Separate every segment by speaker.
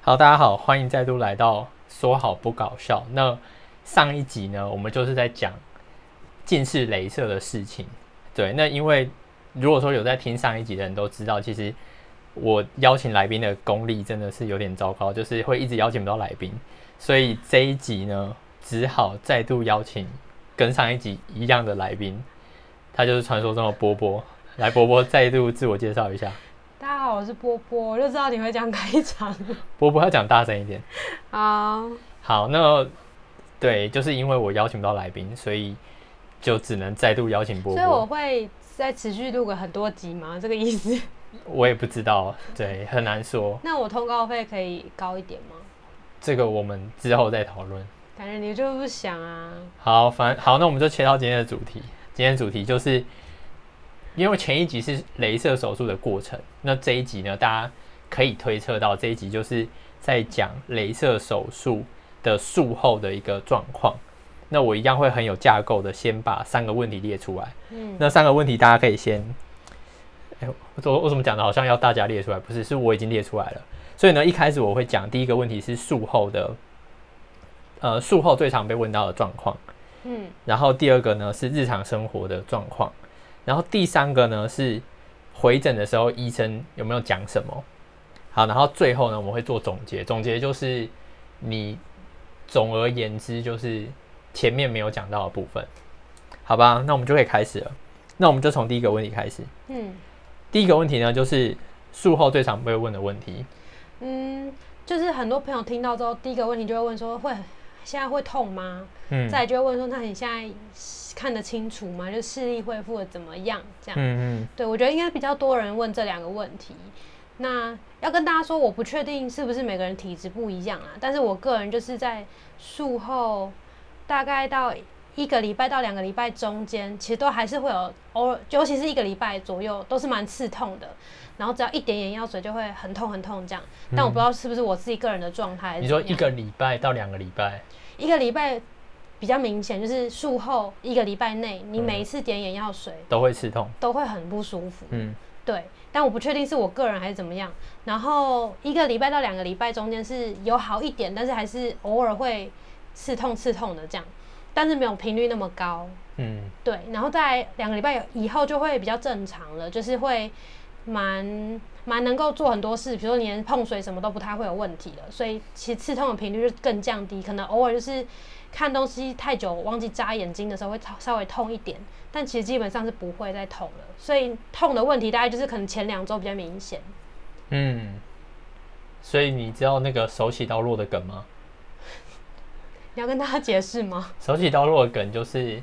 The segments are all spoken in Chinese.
Speaker 1: 好，大家好，欢迎再度来到说好不搞笑。那上一集呢，我们就是在讲近视雷射的事情。对，那因为如果说有在听上一集的人都知道，其实我邀请来宾的功力真的是有点糟糕，就是会一直邀请不到来宾，所以这一集呢，只好再度邀请跟上一集一样的来宾，他就是传说中的波波。来，波波再度自我介绍一下。
Speaker 2: 大家好，我是波波，我就知道你会这样开场。
Speaker 1: 波波要讲大声一点。
Speaker 2: 好，
Speaker 1: 好，那对，就是因为我邀请不到来宾，所以就只能再度邀请波
Speaker 2: 所
Speaker 1: 波。
Speaker 2: 以我会再持续录个很多集吗？这个意思？
Speaker 1: 我也不知道，对，很难说。
Speaker 2: 那我通告费可以高一点吗？
Speaker 1: 这个我们之后再讨论。
Speaker 2: 感觉你就不想啊。
Speaker 1: 好，反好，那我们就切到今天的主题。今天的主题就是，因为前一集是镭射手术的过程，那这一集呢，大家可以推测到这一集就是在讲镭射手术的术后的一个状况。那我一样会很有架构的，先把三个问题列出来。
Speaker 2: 嗯，
Speaker 1: 那三个问题大家可以先，哎、我怎么我怎么讲的，好像要大家列出来，不是，是我已经列出来了。所以呢，一开始我会讲第一个问题是术后的，呃，术后最常被问到的状况。
Speaker 2: 嗯，
Speaker 1: 然后第二个呢是日常生活的状况，然后第三个呢是回诊的时候医生有没有讲什么。好，然后最后呢我们会做总结，总结就是你总而言之就是前面没有讲到的部分，好吧？那我们就可以开始了。那我们就从第一个问题开始。
Speaker 2: 嗯，
Speaker 1: 第一个问题呢就是术后最常被问的问题，
Speaker 2: 嗯，就是很多朋友听到之后，第一个问题就会问说，会现在会痛吗？
Speaker 1: 嗯
Speaker 2: 再来就会问说，那你现在看得清楚吗？就视力恢复的怎么样？这样。
Speaker 1: 嗯嗯，
Speaker 2: 对，我觉得应该比较多人问这两个问题。那要跟大家说，我不确定是不是每个人体质不一样啊，但是我个人就是在术后大概到一个礼拜到两个礼拜中间，其实都还是会有偶尔，尤其是一个礼拜左右，都是蛮刺痛的。然后只要一点眼药水就会很痛很痛这样，但我不知道是不是我自己个人的状态还
Speaker 1: 嗯
Speaker 2: 是
Speaker 1: 你
Speaker 2: 怎么
Speaker 1: 说
Speaker 2: 样。
Speaker 1: 一个礼拜到两个礼拜，
Speaker 2: 一个礼拜比较明显，就是术后一个礼拜内，你
Speaker 1: 嗯
Speaker 2: 每一次点眼药水
Speaker 1: 都会刺痛，
Speaker 2: 都会很不舒服。
Speaker 1: 嗯
Speaker 2: 对，但我不确定是我个人还是怎么样。然后一个礼拜到两个礼拜中间是有好一点，但是还是偶尔会刺痛刺痛的这样，但是没有频率那么高。
Speaker 1: 嗯
Speaker 2: 对，然后在两个礼拜以后就会比较正常了，就是会蛮蛮能够做很多事，比如说你连碰水什么都不太会有问题了，所以其实刺痛的频率就更降低，可能偶尔就是看东西太久忘记眨眼睛的时候会稍稍微痛一点，但其实基本上是不会再痛了，所以痛的问题大概就是可能前两周比较明显，
Speaker 1: 嗯，所以你知道那个手起刀落的梗吗？
Speaker 2: 你要跟大家解释吗？
Speaker 1: 手起刀落的梗就是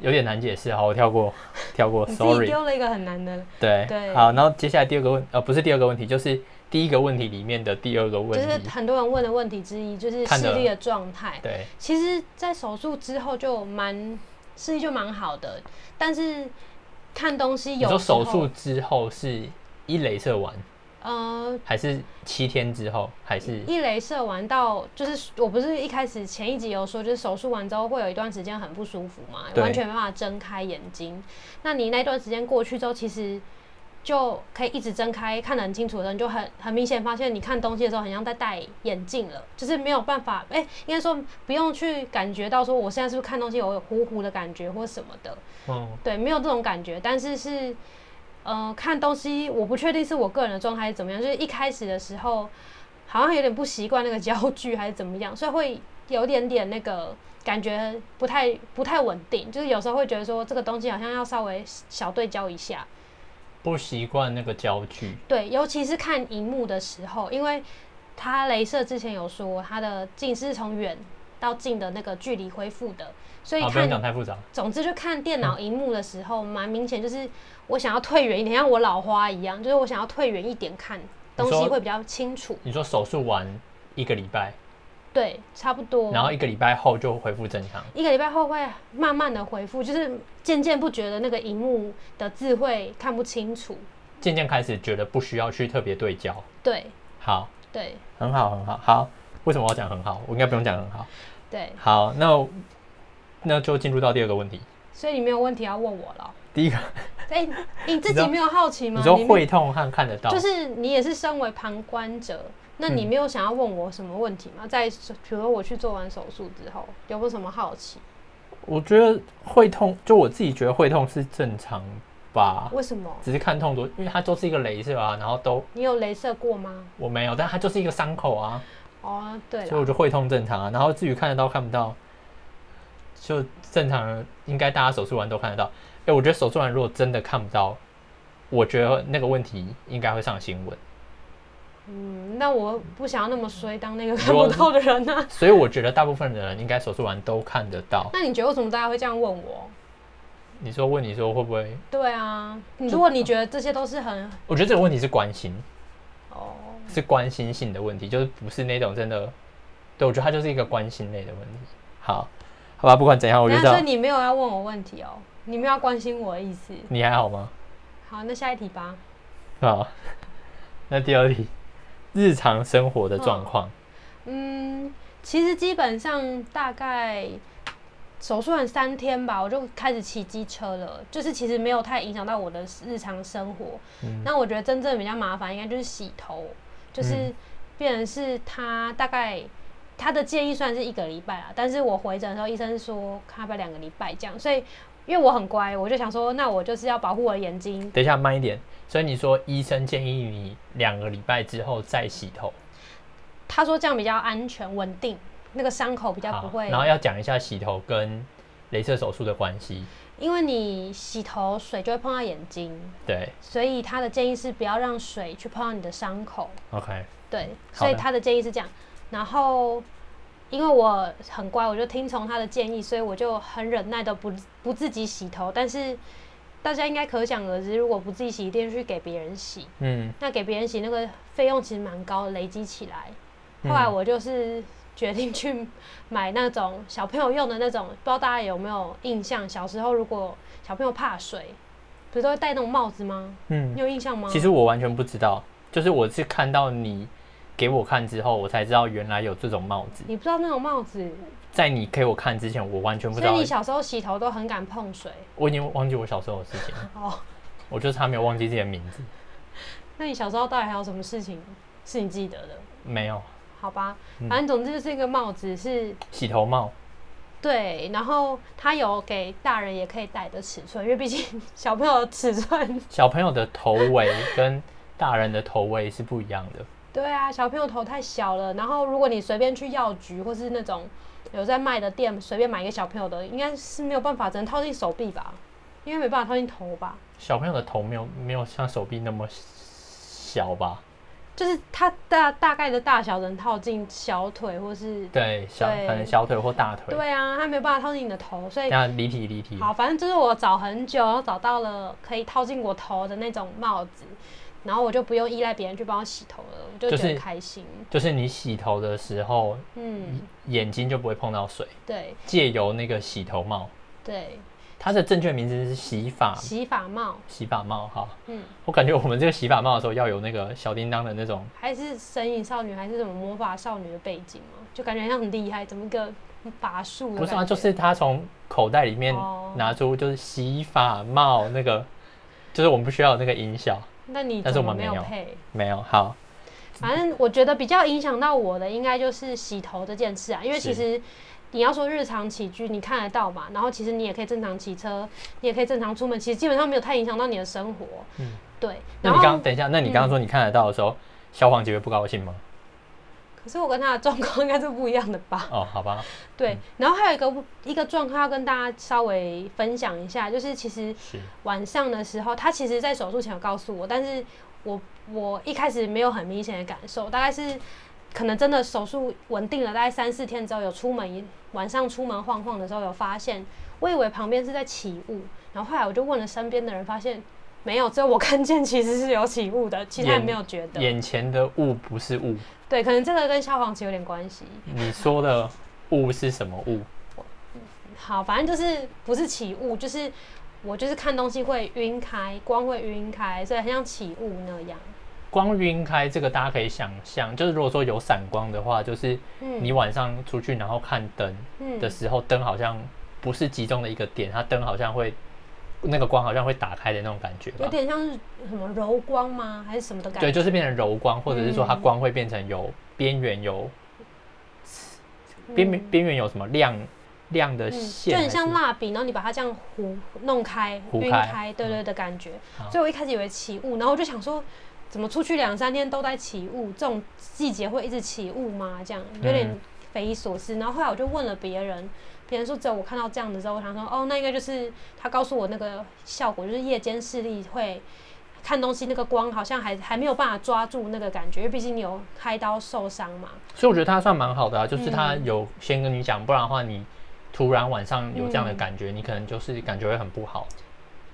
Speaker 1: 有点难解释，好，我跳过， 跳过
Speaker 2: 你自己
Speaker 1: ，sorry。
Speaker 2: 丢了一个很难的，
Speaker 1: 对，
Speaker 2: 对
Speaker 1: 好，然后接下来第二个问，呃，不是第二个问题，就是第一个问题里面的第二个
Speaker 2: 就
Speaker 1: 问
Speaker 2: 是
Speaker 1: 题。
Speaker 2: 很多人问的问题之一，就是
Speaker 1: 看
Speaker 2: 视
Speaker 1: 得
Speaker 2: 力的状态。
Speaker 1: 对，
Speaker 2: 其实，在手术之后就蛮视力就蛮好的，但是看东西
Speaker 1: 你
Speaker 2: 有
Speaker 1: 说
Speaker 2: 时候
Speaker 1: 手术，之后是一镭射完，
Speaker 2: 呃，
Speaker 1: 还是七天之后，还是
Speaker 2: 一镭射完到就是我不是一开始前一集有说，就是手术完之后会有一段时间很不舒服嘛，
Speaker 1: 对
Speaker 2: 完全没办法睁开眼睛。那你那段时间过去之后，其实。就可以一直睁开看得很清楚的人，就很很明显发现，你看东西的时候，很像在戴眼镜了，就是没有办法，哎、应该说不用去感觉到说我现在是不是看东西有糊糊的感觉或什么的，
Speaker 1: 嗯
Speaker 2: 对，没有这种感觉，但是是，呃，看东西我不确定是我个人的状态是怎么样，就是一开始的时候好像有点不习惯那个 焦距还是怎么样，所以会有点点那个感觉不太不太稳定，就是有时候会觉得说这个东西好像要稍微小对焦一下，
Speaker 1: 不习惯那个焦距？
Speaker 2: 对，尤其是看荧幕的时候，因为它镭射之前有说它的近视是从远到近的那个距离恢复的，所以
Speaker 1: 啊，不
Speaker 2: 看
Speaker 1: 用讲太复杂。
Speaker 2: 总之，就看电脑荧幕的时候，蛮明显，就是我想要退远一点，像我老花一样，就是我想要退远一点看东
Speaker 1: 你说
Speaker 2: 西会比较清楚。
Speaker 1: 你说手术完一个礼拜，
Speaker 2: 对，差不多。
Speaker 1: 然后一个礼拜后就恢复正常。
Speaker 2: 一个礼拜后会慢慢的恢复，就是渐渐不觉得那个荧幕的字会看不清楚。
Speaker 1: 渐渐开始觉得不需要去特别对焦。
Speaker 2: 对
Speaker 1: 好，
Speaker 2: 对
Speaker 1: 很好，很好，好。为什么我要讲很好？我应该不用讲很好。
Speaker 2: 对，
Speaker 1: 好，那那就进入到第二个问题。
Speaker 2: 所以你没有问题要问我了。
Speaker 1: 第一个，
Speaker 2: 哎、你自
Speaker 1: 你知
Speaker 2: 己
Speaker 1: 道
Speaker 2: 没有好奇吗？
Speaker 1: 你说
Speaker 2: 没
Speaker 1: 会痛和看得到，
Speaker 2: 就是你也是身为旁观者，那你
Speaker 1: 嗯
Speaker 2: 没有想要问我什么问题吗？在比如说我去做完手术之后，有没有什么好奇？
Speaker 1: 我觉得会痛，就我自己觉得会痛是正常吧，
Speaker 2: 为什么？
Speaker 1: 只是看痛多，因为它都是一个镭射啊，然后都
Speaker 2: 你有镭射过吗？
Speaker 1: 我没有，但它就是一个伤口啊，
Speaker 2: 哦，对
Speaker 1: 所以我
Speaker 2: 了，
Speaker 1: 觉得会痛正常啊。然后至于看得到看不到，就正常人应该大家手术完都看得到。哎、我觉得手术完如果真的看不到，我觉得那个问题应该会上新闻，
Speaker 2: 嗯，那我不想要那么衰，当那个看
Speaker 1: 如果
Speaker 2: 不到的人呢、
Speaker 1: 所以我觉得大部分的人应该手术完都看得到。
Speaker 2: 那你觉得为什么大家会这样问我？
Speaker 1: 你说问你说会不会？
Speaker 2: 对啊，你如果你觉得这些都是很
Speaker 1: 我觉得这个问题是关心，
Speaker 2: 哦，
Speaker 1: 是关心性的问题，就是不是那种真的，对我觉得它就是一个关心类的问题。好，好吧，不管怎样，我觉
Speaker 2: 那所以
Speaker 1: 得
Speaker 2: 你没有要问我问题哦，你没有要关心我的意思。
Speaker 1: 你还好吗？
Speaker 2: 好，那下一题吧。
Speaker 1: 好， 那第二题，日常生活的状况，
Speaker 2: 嗯，其实基本上大概手术完三天吧，我就开始骑机车了，就是其实没有太影响到我的日常生活。
Speaker 1: 嗯
Speaker 2: 那我觉得真正比较麻烦应该就是洗头，就是变成是他大概。他的建议虽然是一个礼拜啦，但是我回诊的时候，医生说看要不要两个礼拜这样，所以因为我很乖，我就想说，那我就是要保护我的眼睛，
Speaker 1: 等一下慢一点。所以你说医生建议你两个礼拜之后再洗头，
Speaker 2: 他说这样比较安全稳定，那个伤口比较不
Speaker 1: 好，
Speaker 2: 会。
Speaker 1: 然后要讲一下洗头跟镭射手术的关系。
Speaker 2: 因为你洗头水就会碰到眼睛，
Speaker 1: 对
Speaker 2: 所以他的建议是不要让水去碰到你的伤口。
Speaker 1: ，OK，
Speaker 2: 对，
Speaker 1: 好
Speaker 2: 所
Speaker 1: 的
Speaker 2: 以他的建议是这样。然后因为我很乖，我就听从他的建议，所以我就很忍耐的不不自己洗头。但是大家应该可想而知，如果不自己洗，一定是去给别人洗。
Speaker 1: 嗯，
Speaker 2: 那给别人洗那个费用其实蛮高的，累积起来。
Speaker 1: 嗯
Speaker 2: 后来我就是决定去买那种小朋友用的那种，不知道大家有没有印象？小时候如果小朋友怕水，不是都会戴那种帽子吗？
Speaker 1: 嗯
Speaker 2: 你，有印象吗？
Speaker 1: 其实我完全不知道，就是我是看到你给我看之后，我才知道原来有这种帽子。
Speaker 2: 你不知道那种帽子，
Speaker 1: 在你给我看之前，我完全不
Speaker 2: 所
Speaker 1: 知
Speaker 2: 以
Speaker 1: 道
Speaker 2: 你，小时候洗头都很敢碰水
Speaker 1: 我已经忘记我小时候的事情了，
Speaker 2: 哦。
Speaker 1: 我就差没有忘记自己的名字。
Speaker 2: 那你小时候到底还有什么事情是你记得的？
Speaker 1: 没有
Speaker 2: 好吧，
Speaker 1: 嗯
Speaker 2: 反正总之就是一个帽子是
Speaker 1: 洗头帽，
Speaker 2: 对，然后它有给大人也可以戴的尺寸，因为毕竟小朋友的尺寸
Speaker 1: 小朋友的头围跟大人的头围是不一样的。
Speaker 2: 对啊，小朋友头太小了。然后如果你随便去药局或是那种有在卖的店随便买一个小朋友的，应该是没有办法，只能套进手臂吧，因为没办法套进头吧。
Speaker 1: 小朋友的头没有没有像手臂那么小吧？
Speaker 2: 就是它大大概的大小能套进小腿或是
Speaker 1: 对，小
Speaker 2: 对
Speaker 1: 可能小腿或大腿。
Speaker 2: 对啊，它没办法套进你的头，所以
Speaker 1: 那离题离题，
Speaker 2: 好，反正就是我找很久，然后找到了可以套进我头的那种帽子，然后我就不用依赖别人去帮我洗头了，我就
Speaker 1: 就
Speaker 2: 觉得
Speaker 1: 是
Speaker 2: 很开心。
Speaker 1: 就是你洗头的时候，
Speaker 2: 嗯，
Speaker 1: 眼睛就不会碰到水，
Speaker 2: 对
Speaker 1: 借由那个洗头帽，
Speaker 2: 对，
Speaker 1: 它的正确名字是洗发
Speaker 2: 洗发帽，
Speaker 1: 洗发帽哈。
Speaker 2: 嗯。
Speaker 1: 我感觉我们这个洗发帽的时候要有那个小叮当的那种，
Speaker 2: 还是神隐少女，还是什么魔法少女的背景吗？就感觉像很厉害，怎么一个法术的
Speaker 1: 不是啊，
Speaker 2: 感
Speaker 1: 就
Speaker 2: 觉
Speaker 1: 是他从口袋里面
Speaker 2: 哦
Speaker 1: 拿出就是洗发帽那个，就是我们不需要有那个音效，
Speaker 2: 那你
Speaker 1: 但是
Speaker 2: 怎么
Speaker 1: 我们
Speaker 2: 没
Speaker 1: 没
Speaker 2: 有
Speaker 1: 有
Speaker 2: 配？
Speaker 1: 没有好，
Speaker 2: 反正我觉得比较影响到我的，应该就是洗头这件事啊，因为其
Speaker 1: 是
Speaker 2: 实。你要说日常起居，你看得到嘛？然后其实你也可以正常骑车，你也可以正常出门，其实基本上没有太影响到你的生活。
Speaker 1: 嗯
Speaker 2: 对。
Speaker 1: 那
Speaker 2: 然
Speaker 1: 你
Speaker 2: 后，嗯
Speaker 1: 刚刚等一下，那你刚刚说你看得到的时候，消防局会不高兴吗？
Speaker 2: 可是我跟他的状况应该是不一样的吧？
Speaker 1: 哦，好吧，
Speaker 2: 对。然后还有一个一个状况要跟大家稍微分享一下， 就是其实
Speaker 1: 是
Speaker 2: 晚上的时候，他其实在手术前有告诉我，但是我我一开始没有很明显的感受，大概是可能真的手术稳定了，大概三四天之后有出门一晚上出门晃晃的时候有发现，我以为旁边是在起雾，然后后来我就问了身边的人，发现没有，只有我看见其实是有起雾的，其他人
Speaker 1: 眼
Speaker 2: 没有觉 得。
Speaker 1: 眼前的雾不是雾，
Speaker 2: 对，可能这个跟消防局有点关系。
Speaker 1: 你说的雾是什么雾？
Speaker 2: 好，反正就是不是起雾，就是我就是看东西会晕开，光会晕开，所以很像起雾那样。
Speaker 1: 光晕开这个大家可以想象，就是如果说有散光的话，就是
Speaker 2: 嗯
Speaker 1: 你晚上出去然后看灯
Speaker 2: 嗯
Speaker 1: 的时候，灯好像不是集中的一个点，它灯好像会那个光好像会打开的那种感觉
Speaker 2: 有
Speaker 1: 吧？
Speaker 2: 点像是什么柔光吗？还是什么的感
Speaker 1: 对，
Speaker 2: 觉？
Speaker 1: 就是变成柔光，或者是说它光会变成有边缘有边边边缘有什么亮亮的
Speaker 2: 嗯，
Speaker 1: 线
Speaker 2: 就
Speaker 1: 还
Speaker 2: 很
Speaker 1: 是，
Speaker 2: 像蜡笔，然后你把它这样糊弄开、
Speaker 1: 糊
Speaker 2: 晕
Speaker 1: 开嗯
Speaker 2: 开，对对的感觉。
Speaker 1: 好
Speaker 2: 所以我一开始以为起雾，然后我就想说，怎么出去两三天都在起雾？这种季节会一直起雾吗？这样有点
Speaker 1: 嗯
Speaker 2: 匪夷所思。然后后来我就问了别人，别人说只有我看到这样的时候，我想说，哦，那应该就是他告诉我那个效果，就是夜间视力会。看东西那个光好像还还没有办法抓住那个感觉，因为毕竟你有开刀受伤嘛。
Speaker 1: 所以我觉得它算蛮好的啊，就是它
Speaker 2: 嗯
Speaker 1: 有先跟你讲，不然的话你突然晚上有这样的
Speaker 2: 嗯
Speaker 1: 感觉，你可能就是感觉会很不好。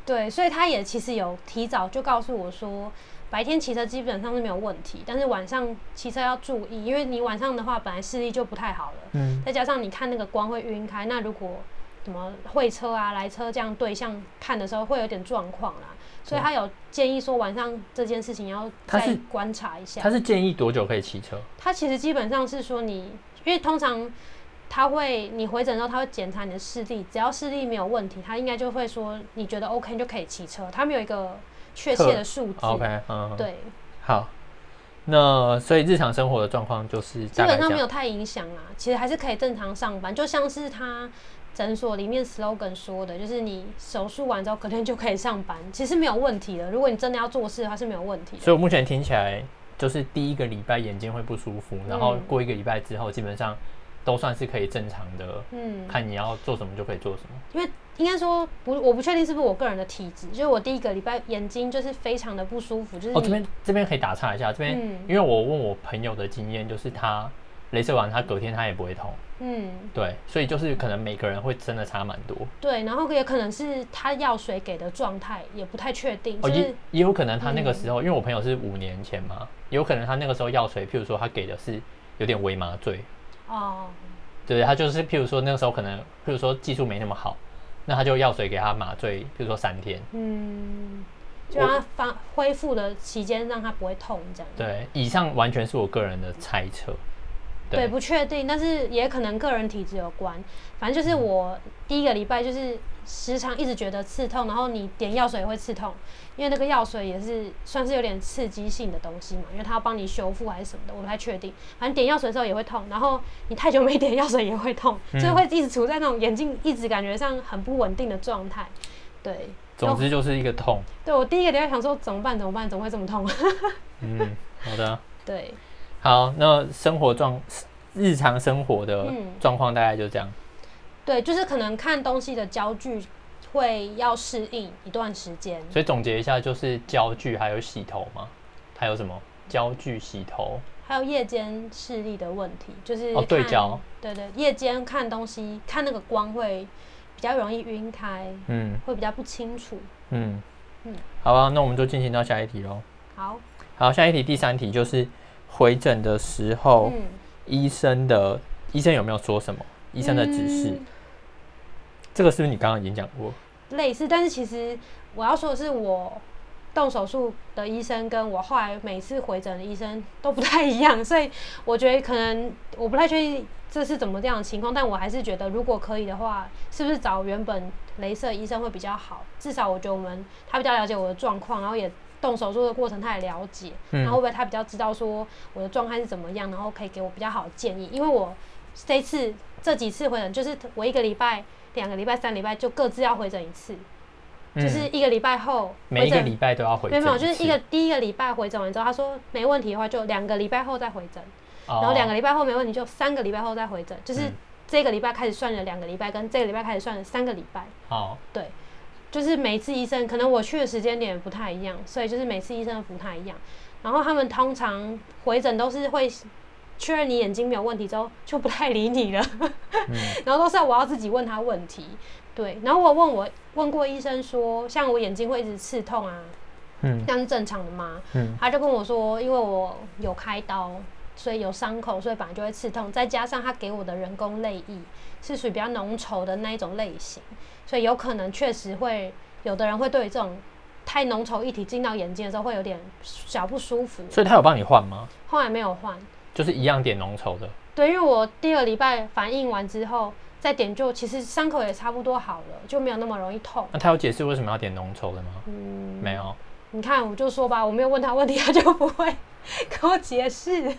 Speaker 2: 对，所以他也其实有提早就告诉我说，白天骑车基本上是没有问题，但是晚上骑车要注意，因为你晚上的话本来视力就不太好了，
Speaker 1: 嗯，
Speaker 2: 再加上你看那个光会晕开，那如果什么会车啊、来车这样对向看的时候，会有点状况啦。所以他有建议说晚上这件事情要
Speaker 1: 他是
Speaker 2: 再观察一下。
Speaker 1: 它是建议多久可以骑车？
Speaker 2: 他其实基本上是说你，因为通常他会你回诊之后，他会检查你的视力，只要视力没有问题，他应该就会说你觉得 OK 你就可以骑车，他们有一个确切的数字。
Speaker 1: OK，嗯，，
Speaker 2: 对，
Speaker 1: 好。那所以日常生活的状况就是
Speaker 2: 基
Speaker 1: 大概
Speaker 2: 本
Speaker 1: 这
Speaker 2: 上没
Speaker 1: 样。
Speaker 2: 有太影响啦，其实还是可以正常上班，就像是他诊所里面 slogan 说的，就是你手术完之后隔天就可以上班，其实没有问题的。如果你真的要做事的话是没有问题的。
Speaker 1: 所以我目前听起来就是第一个礼拜眼睛会不舒服，然后
Speaker 2: 嗯
Speaker 1: 过一个礼拜之后基本上都算是可以正常的，
Speaker 2: 嗯，
Speaker 1: 看你要做什么就可以做什么。
Speaker 2: 因为应该说不，我不确定是不是我个人的体质，就是我第一个礼拜眼睛就是非常的不舒服，就是
Speaker 1: 哦，这
Speaker 2: 你
Speaker 1: 边这边可以打岔一下，这边、
Speaker 2: 嗯
Speaker 1: 因为我问我朋友的经验，就是他镭射完他隔天他也不会痛，
Speaker 2: 嗯，
Speaker 1: 对，所以就是可能每个人会真的差蛮多，
Speaker 2: 对，然后也可能是他药水给的状态也不太确定，
Speaker 1: 哦
Speaker 2: 就
Speaker 1: 也
Speaker 2: 是嗯
Speaker 1: 也有可能他那个时候，因为我朋友是五年前嘛，也有可能他那个时候药水，譬如说他给的是有点微麻醉，
Speaker 2: 哦，
Speaker 1: 对，他就是譬如说那个时候可能，譬如说技术没那么好，那他就药水给他麻醉，譬如说三天，
Speaker 2: 嗯，就让他发恢复的期间让他不会痛这样，
Speaker 1: 对，以上完全是我个人的猜测，
Speaker 2: 对，
Speaker 1: 对
Speaker 2: 不确定，但是也可能个人体质有关。反正就是
Speaker 1: 嗯
Speaker 2: 我第一个礼拜就是时常一直觉得刺痛，然后你点药水也会刺痛，因为那个药水也是算是有点刺激性的东西嘛，因为它要帮你修复还是什么的，我不太确定。反正点药水的时候也会痛，然后你太久没点药水也会痛，
Speaker 1: 嗯
Speaker 2: 所以会一直处在那种眼睛一直感觉上很不稳定的状态。对，
Speaker 1: 总之就是一个 痛，
Speaker 2: 对我第一个礼拜想说怎么办怎么办，怎么会这么痛？
Speaker 1: 嗯，好的。
Speaker 2: 对，
Speaker 1: 好，那生活状日常生活的
Speaker 2: 嗯
Speaker 1: 状况大概就这样。
Speaker 2: 对，就是可能看东西的焦距会要适应一段时间。
Speaker 1: 所以总结一下，就是焦距还有洗头嘛，还有什么焦距、洗头，
Speaker 2: 还有夜间视力的问题，就是
Speaker 1: 哦对
Speaker 2: 看
Speaker 1: 焦，
Speaker 2: 对对，夜间看东西看那个光会比较容易晕开，
Speaker 1: 嗯
Speaker 2: 会比较不清楚。
Speaker 1: 嗯
Speaker 2: 嗯
Speaker 1: 好吧，那我们就进行到下一题喽。
Speaker 2: 好，
Speaker 1: 好，下一题第三题就是回诊的时候，
Speaker 2: 嗯，
Speaker 1: 医生的医生有没有说什么？医生的指示，
Speaker 2: 嗯
Speaker 1: 这个是不是你刚刚已经讲过？
Speaker 2: 类似，但是其实我要说的是，我动手术的医生跟我后来每次回诊的医生都不太一样，所以我觉得可能我不太确定这是怎么这样的情况，但我还是觉得如果可以的话，是不是找原本镭射医生会比较好？至少我觉得我们他比较了解我的状况，然后也。动手术的过程他也了解，
Speaker 1: 嗯
Speaker 2: 然后会不会他比较知道说我的状态是怎么样，然后可以给我比较好的建议？因为我这次这几次回诊，就是我一个礼拜、两个礼拜、三礼拜就各自要回诊一次，
Speaker 1: 嗯，
Speaker 2: 就是一个礼拜后
Speaker 1: 每一
Speaker 2: 回
Speaker 1: 个
Speaker 2: 诊
Speaker 1: 礼拜都要回
Speaker 2: 没
Speaker 1: 诊
Speaker 2: 有
Speaker 1: 次，
Speaker 2: 没有，就是一个第一个礼拜回诊完之后，他说没问题的话就两个礼拜后再回诊，
Speaker 1: 哦，
Speaker 2: 然后两个礼拜后没问题就三个礼拜后再回诊，就是
Speaker 1: 嗯
Speaker 2: 这个礼拜开始算了两个礼拜，跟这个礼拜开始算了三个礼拜，
Speaker 1: 哦，
Speaker 2: 对。就是每次医生可能我去的时间点不太一样，所以就是每次医生不太一样。然后他们通常回诊都是会确认你眼睛没有问题之后，就不太理你了。
Speaker 1: 嗯
Speaker 2: 然后都是我要自己问他问题。对，然后我问我问过医生说，像我眼睛会一直刺痛啊，
Speaker 1: 嗯
Speaker 2: 这样是正常的吗？
Speaker 1: 嗯
Speaker 2: 他就跟我说，因为我有开刀，所以有伤口，所以本来就会刺痛，再加上他给我的人工泪液是属于比较浓稠的那一种类型，所以有可能确实会有的人会对于这种太浓稠液体进到眼睛的时候会有点小不舒服。
Speaker 1: 所以他有帮你换吗？
Speaker 2: 后来没有换，
Speaker 1: 就是一样点浓稠的，
Speaker 2: 对，因为我第二礼拜反应完之后，再点就其实伤口也差不多好了，就没有那么容易痛。
Speaker 1: 那他有解释为什么要点浓稠的吗？
Speaker 2: 嗯
Speaker 1: 没有。
Speaker 2: 你看，我就说吧，我没有问他问题，他就不会 跟我解释。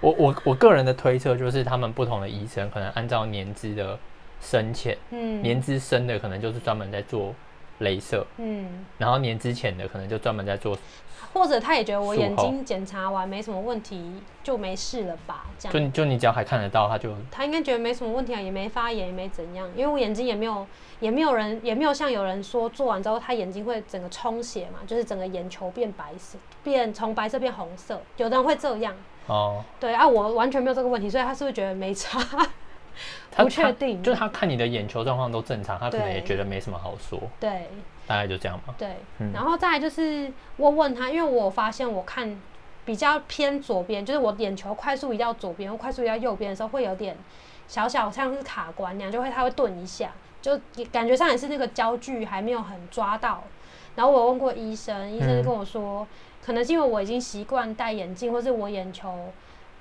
Speaker 1: 我我我个人的推测就是，他们不同的医生可能按照年资的深浅，
Speaker 2: 嗯
Speaker 1: 年资深的可能就是专门在做镭射，
Speaker 2: 嗯，
Speaker 1: 然后年资浅的可能就专门在做，
Speaker 2: 或者他也觉得我
Speaker 1: 术
Speaker 2: 眼
Speaker 1: 后
Speaker 2: 睛检查完没什么问题，就没事了吧？这
Speaker 1: 就
Speaker 2: 样，
Speaker 1: 你就你只要还看得到，他就
Speaker 2: 他应该觉得没什么问题啊，也没发炎，也没怎样，因为我眼睛也没有，也没有人，也没有像有人说做完之后他眼睛会整个充血嘛，就是整个眼球变白色，变从白色变红色，有的人会这样。
Speaker 1: 哦，
Speaker 2: 对啊，我完全没有这个问题，所以他是不是觉得没差？
Speaker 1: 他
Speaker 2: 不确
Speaker 1: 他
Speaker 2: 定
Speaker 1: 就是他看你的眼球状况都正常，他可能
Speaker 2: 对
Speaker 1: 也觉得没什么好说，
Speaker 2: 对
Speaker 1: 大概就这样吧。
Speaker 2: 对，
Speaker 1: 嗯
Speaker 2: 然后再来就是我问他，因为我有发现我看比较偏左边，就是我眼球快速移到左边或快速移到右边的时候，会有点小小像是卡关那样，就会它会顿一下，就感觉上也是那个焦距还没有很抓到。然后我有问过医生，医生就跟我说，可能是因为我已经习惯戴眼镜，或是我眼球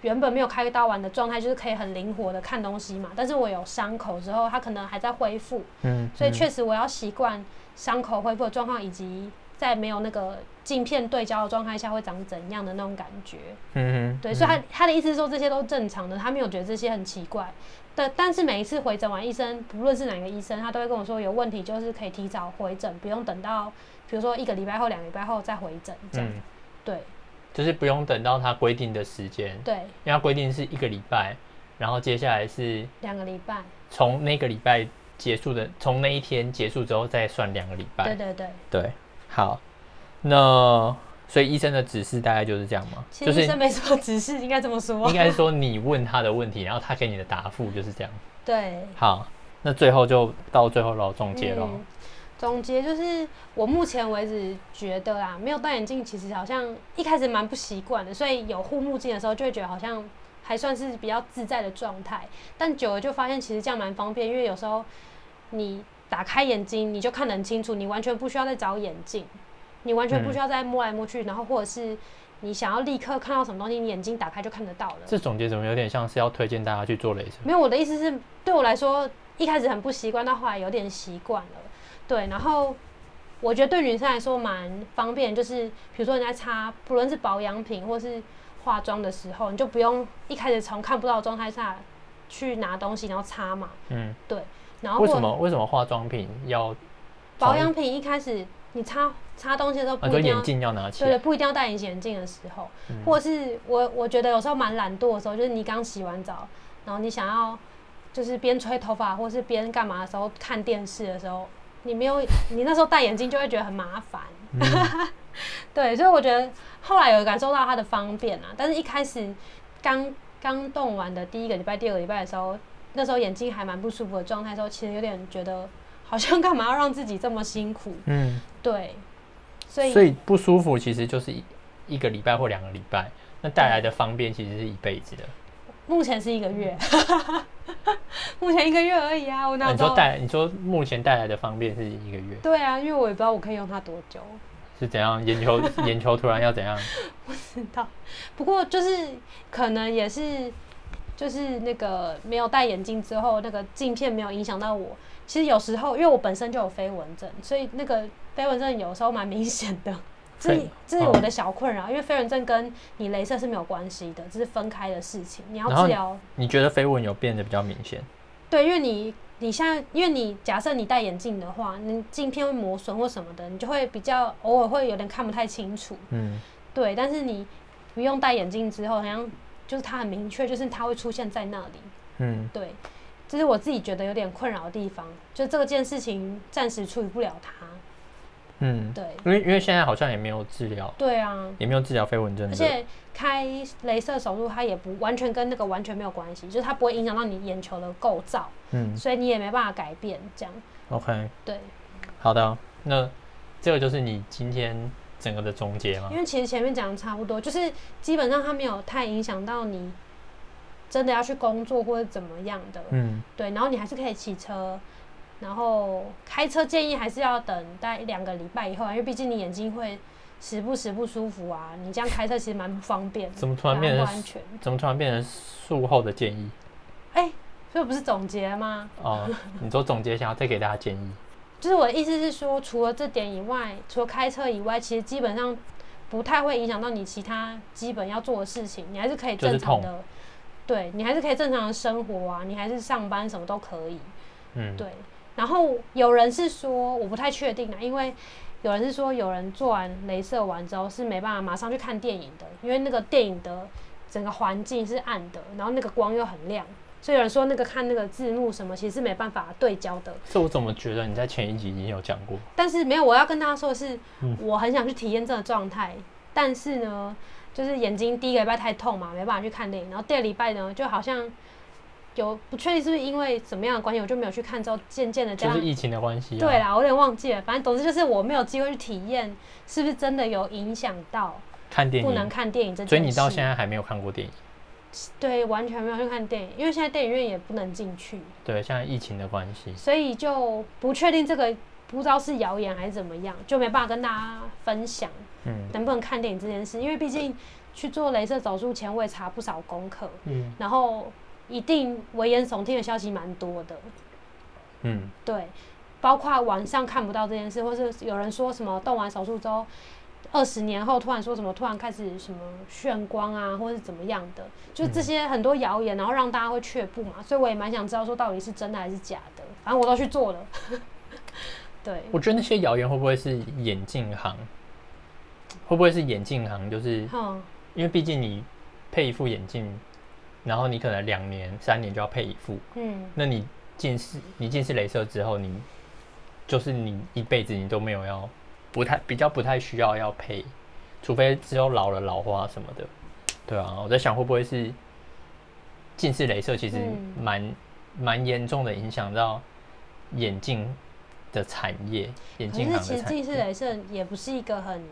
Speaker 2: 原本没有开刀完的状态，就是可以很灵活的看东西嘛。但是我有伤口之后，它可能还在恢复，
Speaker 1: 嗯，
Speaker 2: 所以
Speaker 1: 嗯
Speaker 2: 确实我要习惯伤口恢复的状况，以及在没有那个镜片对焦的状态下会长怎样的那种感觉。
Speaker 1: 嗯哼，
Speaker 2: 对，
Speaker 1: 嗯
Speaker 2: 所以他他的意思是说这些都正常的，他没有觉得这些很奇怪。但但是每一次回诊完，医生不论是哪个医生，他都会跟我说有问题就是可以提早回诊，不用等到比如说一个礼拜后、两个礼拜后再回诊这样。
Speaker 1: 嗯，
Speaker 2: 对
Speaker 1: 就是不用等到他规定的时间，
Speaker 2: 对，
Speaker 1: 因为他规定是一个礼拜，然后接下来是
Speaker 2: 两个礼拜，
Speaker 1: 从那个礼拜结束的，从那一天结束之后再算两个礼拜。
Speaker 2: 对对对。
Speaker 1: 对好，那所以医生的指示大概就是这样嘛，
Speaker 2: 其
Speaker 1: 就
Speaker 2: 实
Speaker 1: 是
Speaker 2: 医生没什么指示，应该这么说
Speaker 1: 应。该是说你问他的问题，然后他给你的答复就是这样。
Speaker 2: 对，
Speaker 1: 好，那最后就到最后喽，总结喽。
Speaker 2: 嗯总结就是，我目前为止觉得啦，没有戴眼镜其实好像一开始蛮不习惯的，所以有护目镜的时候就会觉得好像还算是比较自在的状态。但久了就发现其实这样蛮方便，因为有时候你打开眼睛你就看得很清楚，你完全不需要再找眼镜，你完
Speaker 1: 嗯
Speaker 2: 全不需要再摸来摸去，然后或者是你想要立刻看到什么东西，你眼睛打开就看得到了。
Speaker 1: 这总结怎么有点像是要推荐大家去做镭射？
Speaker 2: 没有，我的意思是，对我来说，一开始很不习惯，到后来有点习惯了。对，然后我觉得对女生来说蛮方便，就是比如说你在擦，不论是保养品或是化妆的时候，你就不用一开始从看不到的状态下去拿东西，然后擦嘛。
Speaker 1: 嗯，
Speaker 2: 然后
Speaker 1: 为什
Speaker 2: 或
Speaker 1: 么为什么化妆品要
Speaker 2: 保养品一开始你擦擦东西的时候
Speaker 1: 啊？
Speaker 2: 不
Speaker 1: 就
Speaker 2: 一定要、
Speaker 1: 眼镜要拿起
Speaker 2: 对对，
Speaker 1: 来，
Speaker 2: 不一定要戴隐形眼镜的时候，或是我我觉得有时候蛮懒惰的时候，就是你刚洗完澡，然后你想要就是边吹头发或是边干嘛的时候，看电视的时候，你没有 你那时候戴眼镜就会觉得很麻烦。
Speaker 1: 嗯
Speaker 2: 对，所以我觉得后来有感受到它的方便啊，但是一开始刚刚动完的第一个礼拜、第二个礼拜的时候，那时候眼睛还蛮不舒服的状态的时候，其实有点觉得好像干嘛要让自己这么辛苦？
Speaker 1: 嗯，
Speaker 2: 对，所以
Speaker 1: 所以不舒服其实就是一一个礼拜或两个礼拜，那带来的方便其实是一辈子的。
Speaker 2: 目前是一个月， 目前一个月而已啊，我
Speaker 1: 那哦
Speaker 2: 哪
Speaker 1: 你
Speaker 2: 知
Speaker 1: 说
Speaker 2: 道？
Speaker 1: 带，你说目前带来的方便是一个月，
Speaker 2: 对啊，因为我也不知道我可以用它多久，
Speaker 1: 是怎样？眼球眼球突然要怎样？
Speaker 2: 知道。不过就是可能也是，就是那个没有戴眼镜之后，那个镜片没有影响到我。其实有时候因为我本身就有飞蚊症，所以那个飞蚊症有时候蛮明显 的。这
Speaker 1: 飞
Speaker 2: 这是我的小困扰，因为飞蚊症跟你镭射是没有关系的，这是分开的事情。你要
Speaker 1: 然后
Speaker 2: 治疗
Speaker 1: 你觉得飞蚊有变得比较明显？
Speaker 2: 对，因为你你现在，因为你假设你戴眼镜的话，你镜片会磨损或什么的，你就会比较偶尔会有点看不太清楚。
Speaker 1: 嗯，
Speaker 2: 对，但是你不用戴眼镜之后，好像就是它很明确，就是它会出现在那里。
Speaker 1: 嗯，
Speaker 2: 对，这是我自己觉得有点困扰的地方，就这件事情暂时处理不了它。
Speaker 1: 嗯，
Speaker 2: 对，
Speaker 1: 因为因为现在好像也没有治疗，
Speaker 2: 对啊，
Speaker 1: 也没有治疗飞蚊症
Speaker 2: 而
Speaker 1: 的。
Speaker 2: 且开镭射手术它也不完全跟那个完全没有关系，就是它不会影响到你眼球的构造，
Speaker 1: 嗯
Speaker 2: 所以你也没办法改变这样。
Speaker 1: ，OK，
Speaker 2: 对。
Speaker 1: 好的，那这个就是你今天整个的总结吗
Speaker 2: 因？为其实前面讲的差不多，就是基本上它没有太影响到你真的要去工作或者怎么样的，
Speaker 1: 嗯，
Speaker 2: 对。然后你还是可以骑车，然后开车建议还是要等待一两个礼拜以后啊，因为毕竟你眼睛会时不时不舒服啊，你这样开车其实蛮不方便的，
Speaker 1: 怎么突然变
Speaker 2: 对啊
Speaker 1: 成
Speaker 2: 不安全？
Speaker 1: 怎么突然变成术后的建议？
Speaker 2: 哎这不是总结吗？
Speaker 1: 哦、你说总结想要再给大家建议，
Speaker 2: 就是我的意思是说，除了这点以外，除了开车以外，其实基本上不太会影响到你其他基本要做的事情，你还是可以
Speaker 1: 就是
Speaker 2: 正常
Speaker 1: 痛
Speaker 2: 的，对你还是可以正常的生活啊，你还是上班什么都可以。
Speaker 1: 嗯，
Speaker 2: 对，然后有人是说，我不太确定啊，因为有人是说，有人做完镭射完之后是没办法马上去看电影的，因为那个电影的整个环境是暗的，然后那个光又很亮，所以有人说那个看那个字幕什么，其实是没办法对焦的。
Speaker 1: 这我怎么觉得你在前一集已经有讲过？
Speaker 2: 但是没有，我要跟大家说的是，
Speaker 1: 嗯
Speaker 2: 我很想去体验这个状态，但是呢，就是眼睛第一个礼拜太痛嘛，没办法去看电影，然后第二礼拜呢，就好像。有不确定是不是因为怎么样的关系，我就没有去看，之后渐渐的加
Speaker 1: 就
Speaker 2: 上
Speaker 1: 是疫情的关系、啊，
Speaker 2: 对啦，我有点忘记了，反正总之就是我没有机会去体验，是不是真的有影响到
Speaker 1: 看电
Speaker 2: 不能
Speaker 1: 影，
Speaker 2: 看电影这件事？
Speaker 1: 所以你到现在还没有看过电影，
Speaker 2: 对完全没有去看电影，因为现在电影院也不能进去，
Speaker 1: 对，现在疫情的关系，
Speaker 2: 所以就不确定这个不知道是谣言还是怎么样，就没办法跟大家分享
Speaker 1: 嗯
Speaker 2: 能不能看电影这件事，因为毕竟去做镭射手术前我也查不少功课，
Speaker 1: 嗯
Speaker 2: 然后一定危言耸听的消息蛮多的，
Speaker 1: 嗯，
Speaker 2: 对，包括晚上看不到这件事，或是有人说什么动完手术之后，二十年后突然说什么突然开始什么眩光啊，或是怎么样的，就这些很多谣言，然后让大家会却步嘛。所以我也蛮想知道说到底是真的还是假的，反正我都去做了。 对，
Speaker 1: 我觉得那些谣言会不会是眼镜行？会不会是眼镜行？就是
Speaker 2: 哼，
Speaker 1: 因为毕竟你配一副眼镜，然后你可能两年、三年就要配一副，
Speaker 2: 嗯，
Speaker 1: 那你近视，你近视雷射之后，你就是你一辈子你都没有要，不太比较不太需要要配，除非之后老了老花什么的，对啊，我在想会不会是近视雷射其实
Speaker 2: 嗯
Speaker 1: 蛮蛮严重的影响到眼镜的产业，眼
Speaker 2: 可
Speaker 1: 镜
Speaker 2: 是
Speaker 1: 行的嗯
Speaker 2: 其实
Speaker 1: 产
Speaker 2: 近视
Speaker 1: 业。
Speaker 2: 雷射也不是一个很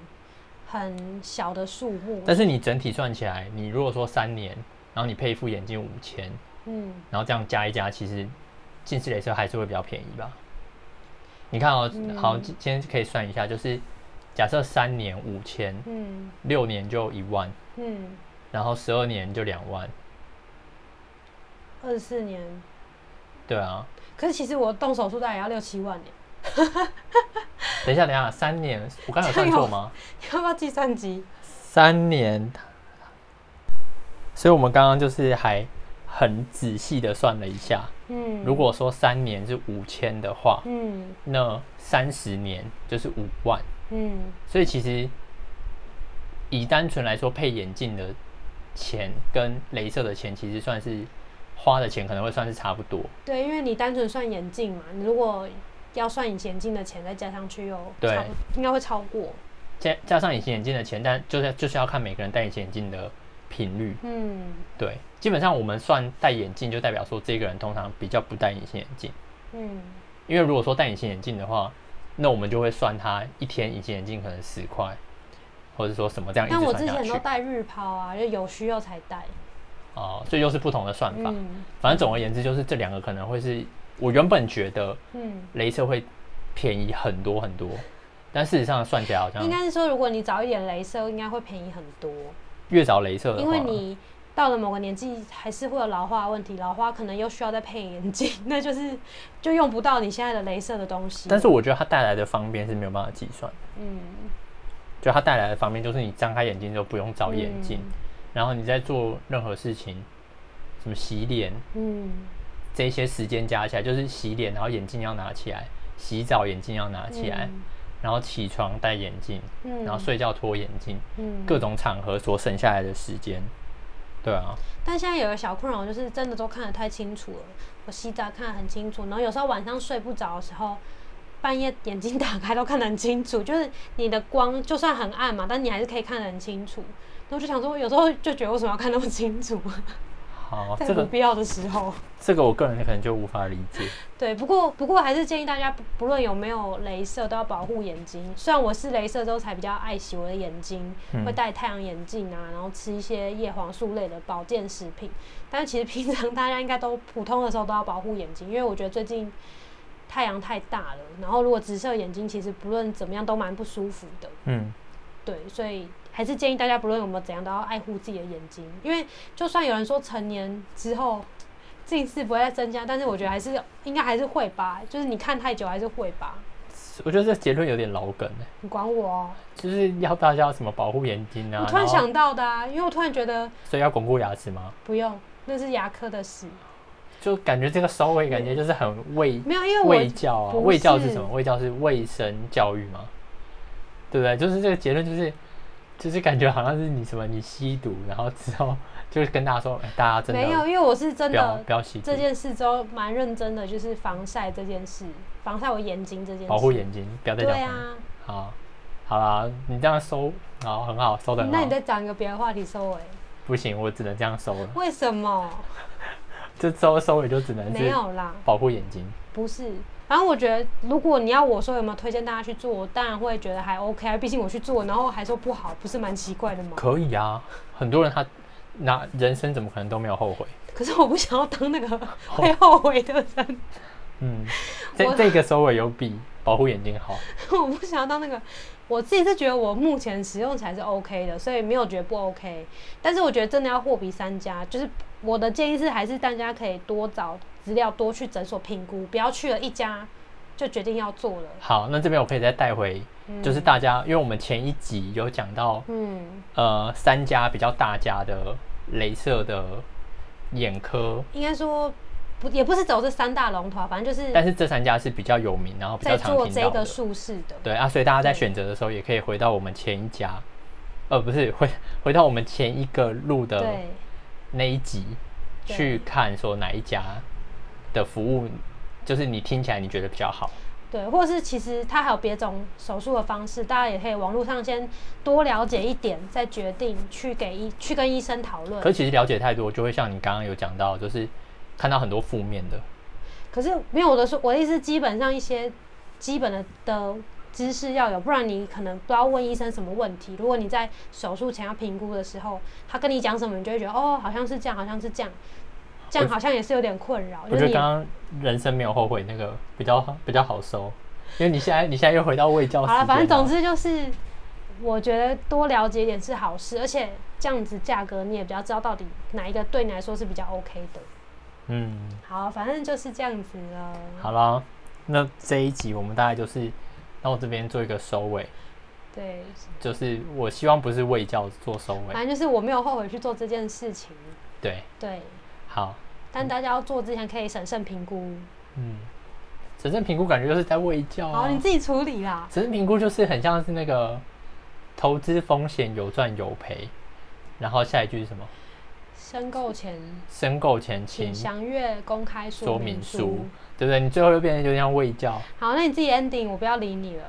Speaker 2: 很小的数目，
Speaker 1: 但是你整体算起来，你如果说三年，然后你配一副眼镜五千，
Speaker 2: 嗯。
Speaker 1: 然后这样加一加，其实近视雷射还是会比较便宜吧？你看哦，好，今今天可以算一下，就是假设三年五千，
Speaker 2: 嗯
Speaker 1: 六年就一万，
Speaker 2: 嗯，
Speaker 1: 然后十二年就两万，
Speaker 2: 二十四年，
Speaker 1: 对啊。
Speaker 2: 可是其实我动手术大概也要六七万呢。
Speaker 1: 等一下，等一下，三年，我刚才有算错吗？
Speaker 2: 你 要不要计算机？
Speaker 1: 三年，所以我们刚刚就是还很仔细的算了一下，
Speaker 2: 嗯，
Speaker 1: 如果说三年是五千的话，
Speaker 2: 嗯
Speaker 1: 那三十年就是五万。
Speaker 2: 嗯
Speaker 1: 所以其实以单纯来说，配眼镜的钱跟镭射的钱，其实算是花的钱可能会算是差不多。
Speaker 2: 对，因为你单纯算眼镜嘛，你如果要算你眼镜的钱再加上去又
Speaker 1: 对
Speaker 2: 差不应该会超过。
Speaker 1: 加加上隐形眼镜的钱，但就是就是要看每个人戴隐形眼镜的频率。
Speaker 2: 嗯
Speaker 1: 对，基本上我们算戴眼镜，就代表说这个人通常比较不戴隐形眼镜。
Speaker 2: 嗯
Speaker 1: 因为如果说戴隐形眼镜的话，那我们就会算他一天隐形眼镜可能十块，或者说什么这样一
Speaker 2: 但
Speaker 1: 直
Speaker 2: 我
Speaker 1: 算
Speaker 2: 之
Speaker 1: 下
Speaker 2: 前
Speaker 1: 去
Speaker 2: 都戴日抛啊，就有需要才戴。
Speaker 1: 哦，所以又是不同的算法。
Speaker 2: 嗯
Speaker 1: 反正总而言之，就是这两个可能会是我原本觉得
Speaker 2: 嗯，
Speaker 1: 镭射会便宜很多很多，但事实上算起来好像
Speaker 2: 应该是说，如果你早一点镭射，应该会便宜很多，
Speaker 1: 越早镭射的话，
Speaker 2: 因为你。到了某个年纪，还是会有老化问题，老花可能又需要再配眼镜， 那就是就用不到你现在的镭射的东西。
Speaker 1: 但是我觉得它带来的方便是没有办法计算的，
Speaker 2: 嗯，
Speaker 1: 就它带来的方便就是你张开眼睛就不用找眼镜，
Speaker 2: 嗯
Speaker 1: 然后你在做任何事情，什么洗脸
Speaker 2: 嗯
Speaker 1: 这些时间加起来，就是洗脸，然后眼镜要拿起来，洗澡眼镜要拿起来，然后起床戴眼镜，
Speaker 2: 嗯，
Speaker 1: 然后睡觉脱眼镜，
Speaker 2: 嗯
Speaker 1: 各种场合所省下来的时间，对啊，
Speaker 2: 但现在有个小困扰，就是真的都看得太清楚了。我洗澡看得很清楚，然后有时候晚上睡不着的时候，半夜眼睛 打开都看得很清楚，就是你的光就算很暗嘛，但你还是可以看得很清楚。然后就想说，有时候就觉得为什么要看那么清楚，
Speaker 1: 好，
Speaker 2: 在
Speaker 1: 这
Speaker 2: 不
Speaker 1: 个
Speaker 2: 必要的时候。
Speaker 1: 这个我个人可能就无法理解。
Speaker 2: 对，不过不过还是建议大家不不论有没有镭射，都要保护眼睛。虽然我是镭射之后才比较爱惜我的眼睛，会戴太阳眼镜啊，然后吃一些叶黄素类的保健食品。但是其实平常大家应该都普通的时候都要保护眼睛，因为我觉得最近太阳太大了，然后如果直射眼睛，其实不论怎么样都蛮不舒服的。
Speaker 1: 嗯，
Speaker 2: 对，所以还是建议大家，不论有没有怎样，都要爱护自己的眼睛，因为就算有人说成年之后近视不会再增加，但是我觉得还是应该还是会吧，就是你看太久还是会吧。
Speaker 1: 我觉得这结论有点老梗欸
Speaker 2: 你管我哦！
Speaker 1: 就是要大家什么保护眼睛啊，
Speaker 2: 我突然
Speaker 1: 后
Speaker 2: 想到的啊，因为我突然觉得
Speaker 1: 所以要巩固牙齿吗？
Speaker 2: 不用，那是牙科的事。
Speaker 1: 就感觉这个收尾感觉就是很卫
Speaker 2: 没有，因为
Speaker 1: 卫
Speaker 2: 我
Speaker 1: 教啊，
Speaker 2: 不
Speaker 1: 卫教
Speaker 2: 是
Speaker 1: 是什么？卫教是卫生教育吗？对不对？就是这个结论就是。就是感觉好像是你什么你吸毒，然后之后就是跟大家说，哎、大家真
Speaker 2: 没
Speaker 1: 的
Speaker 2: 有，因为我是真
Speaker 1: 不要
Speaker 2: 的
Speaker 1: 不要吸毒
Speaker 2: 这，件事之后蛮认真的，就是防晒这件事，防晒我眼睛这件事，
Speaker 1: 保护眼睛，不要再
Speaker 2: 对
Speaker 1: 讲黄
Speaker 2: 啊，
Speaker 1: 好，好啦，你这样收好很好，收的很
Speaker 2: 那
Speaker 1: 好
Speaker 2: 你。再讲一个别的话题收尾，
Speaker 1: 不行，我只能这样收了。
Speaker 2: 为什么？
Speaker 1: 这收收尾就只能
Speaker 2: 没
Speaker 1: 是
Speaker 2: 有啦，
Speaker 1: 保护眼睛。
Speaker 2: 不是。然后我觉得，如果你要我说有没有推荐大家去做，我当然会觉得还 OK 啊。毕竟我去做，然后还说不好，不是蛮奇怪的吗？
Speaker 1: 可以啊，很多人他那人生怎么可能都没有后悔？
Speaker 2: 可是我不想要当那个 会后悔的人，
Speaker 1: 嗯，
Speaker 2: 我
Speaker 1: 这这个收尾有比保护眼睛好。
Speaker 2: 我不想要当那个。我自己是觉得我目前使用起来是 OK 的，所以没有觉得不 OK。但是我觉得真的要货比三家，就是我的建议是，还是大家可以多找资料，多去诊所评估，不要去了一家就决定要做了。
Speaker 1: 好，那这边我可以再带回，就是大家，因为我们前一集有讲到，
Speaker 2: 嗯，
Speaker 1: 呃，三家比较大家的镭射的眼科，
Speaker 2: 应该说不也不是走这三大龙头啊，反正就是
Speaker 1: 但是这三家是比较有名，然后比较
Speaker 2: 在
Speaker 1: 常
Speaker 2: 做
Speaker 1: 听
Speaker 2: 这
Speaker 1: 到的
Speaker 2: 个。术式的。
Speaker 1: 对啊，所以大家在
Speaker 2: 对
Speaker 1: 选择的时候，也可以回到我们前一家，呃，不是回回到我们前一个录的
Speaker 2: 对，
Speaker 1: 那一集
Speaker 2: 对
Speaker 1: 去看，说哪一家的服务就是你听起来你觉得比较好。
Speaker 2: 对，或者是其实它还有别种手术的方式，大家也可以网络上先多了解一点，再决定去给医去跟医生讨论
Speaker 1: 可。是其实了解太多，就会像你刚刚有讲到，就是看到很多负面的。
Speaker 2: 可是没有我的说，我的意思，基本上一些基本的的知识要有，不然你可能不知道问医生什么问题。如果你在手术前要评估的时候，他跟你讲什么，你就会觉得哦，好像是这样，好像是这样，这样好像也是有点困扰。
Speaker 1: 我觉
Speaker 2: 就是
Speaker 1: 得
Speaker 2: 你
Speaker 1: 刚刚人生没有后悔那个比较比较好收，因为你现在你现在又回到卫教时
Speaker 2: 好
Speaker 1: 间哦
Speaker 2: 了，
Speaker 1: 了。
Speaker 2: 反正总之就是，我觉得多了解一点是好事，而且这样子价格你也比较知道到底哪一个对你来说是比较 OK 的。
Speaker 1: 嗯，
Speaker 2: 好，反正就是这样子了。
Speaker 1: 好啦，那这一集我们大概就是到这边做一个收尾，
Speaker 2: 对，
Speaker 1: 就是我希望不是卫教做收尾，
Speaker 2: 反正就是我没有后悔去做这件事情。
Speaker 1: 对，
Speaker 2: 对，
Speaker 1: 好，
Speaker 2: 但大家要做之前可以审慎评估，
Speaker 1: 嗯，审慎评估感觉就是在卫教
Speaker 2: 好，
Speaker 1: 啊
Speaker 2: 你，自己处理啦。
Speaker 1: 审慎评估就是很像是那个投资风险有赚有赔，然后下一句是什么？
Speaker 2: 申购前
Speaker 1: 申购前请
Speaker 2: 请详阅公开
Speaker 1: 说
Speaker 2: 说
Speaker 1: 明
Speaker 2: 明
Speaker 1: 书
Speaker 2: 书。，
Speaker 1: 对不对？你最后又变成有点像卫教，
Speaker 2: 好，那你自己 ending，我不要理你了。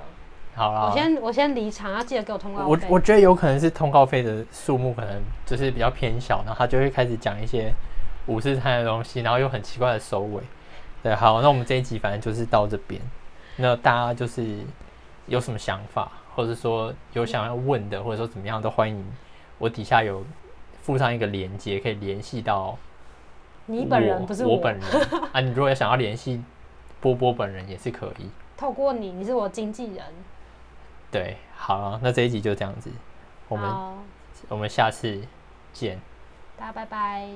Speaker 1: 好啦，
Speaker 2: 我先我先离场，要记得给我通告
Speaker 1: 我
Speaker 2: 费
Speaker 1: 啊我觉得有可能是通告费的数目可能就是比较偏小，然后他就会开始讲一些五四三的东西，然后又很奇怪的收尾。对，好，那我们这一集反正就是到这边。那大家就是有什么想法，或者说有想要问的，或者说怎么样，都欢迎我底下有附上一个连接，可以联系到
Speaker 2: 你本人
Speaker 1: 我
Speaker 2: 不是
Speaker 1: 我 本人啊。你如果想要联系波波本人也是可以。
Speaker 2: 透过你，你是我经纪人。
Speaker 1: 对，好，那这一集就这样子，我们
Speaker 2: 好，
Speaker 1: 我们下次见。
Speaker 2: 大家拜拜。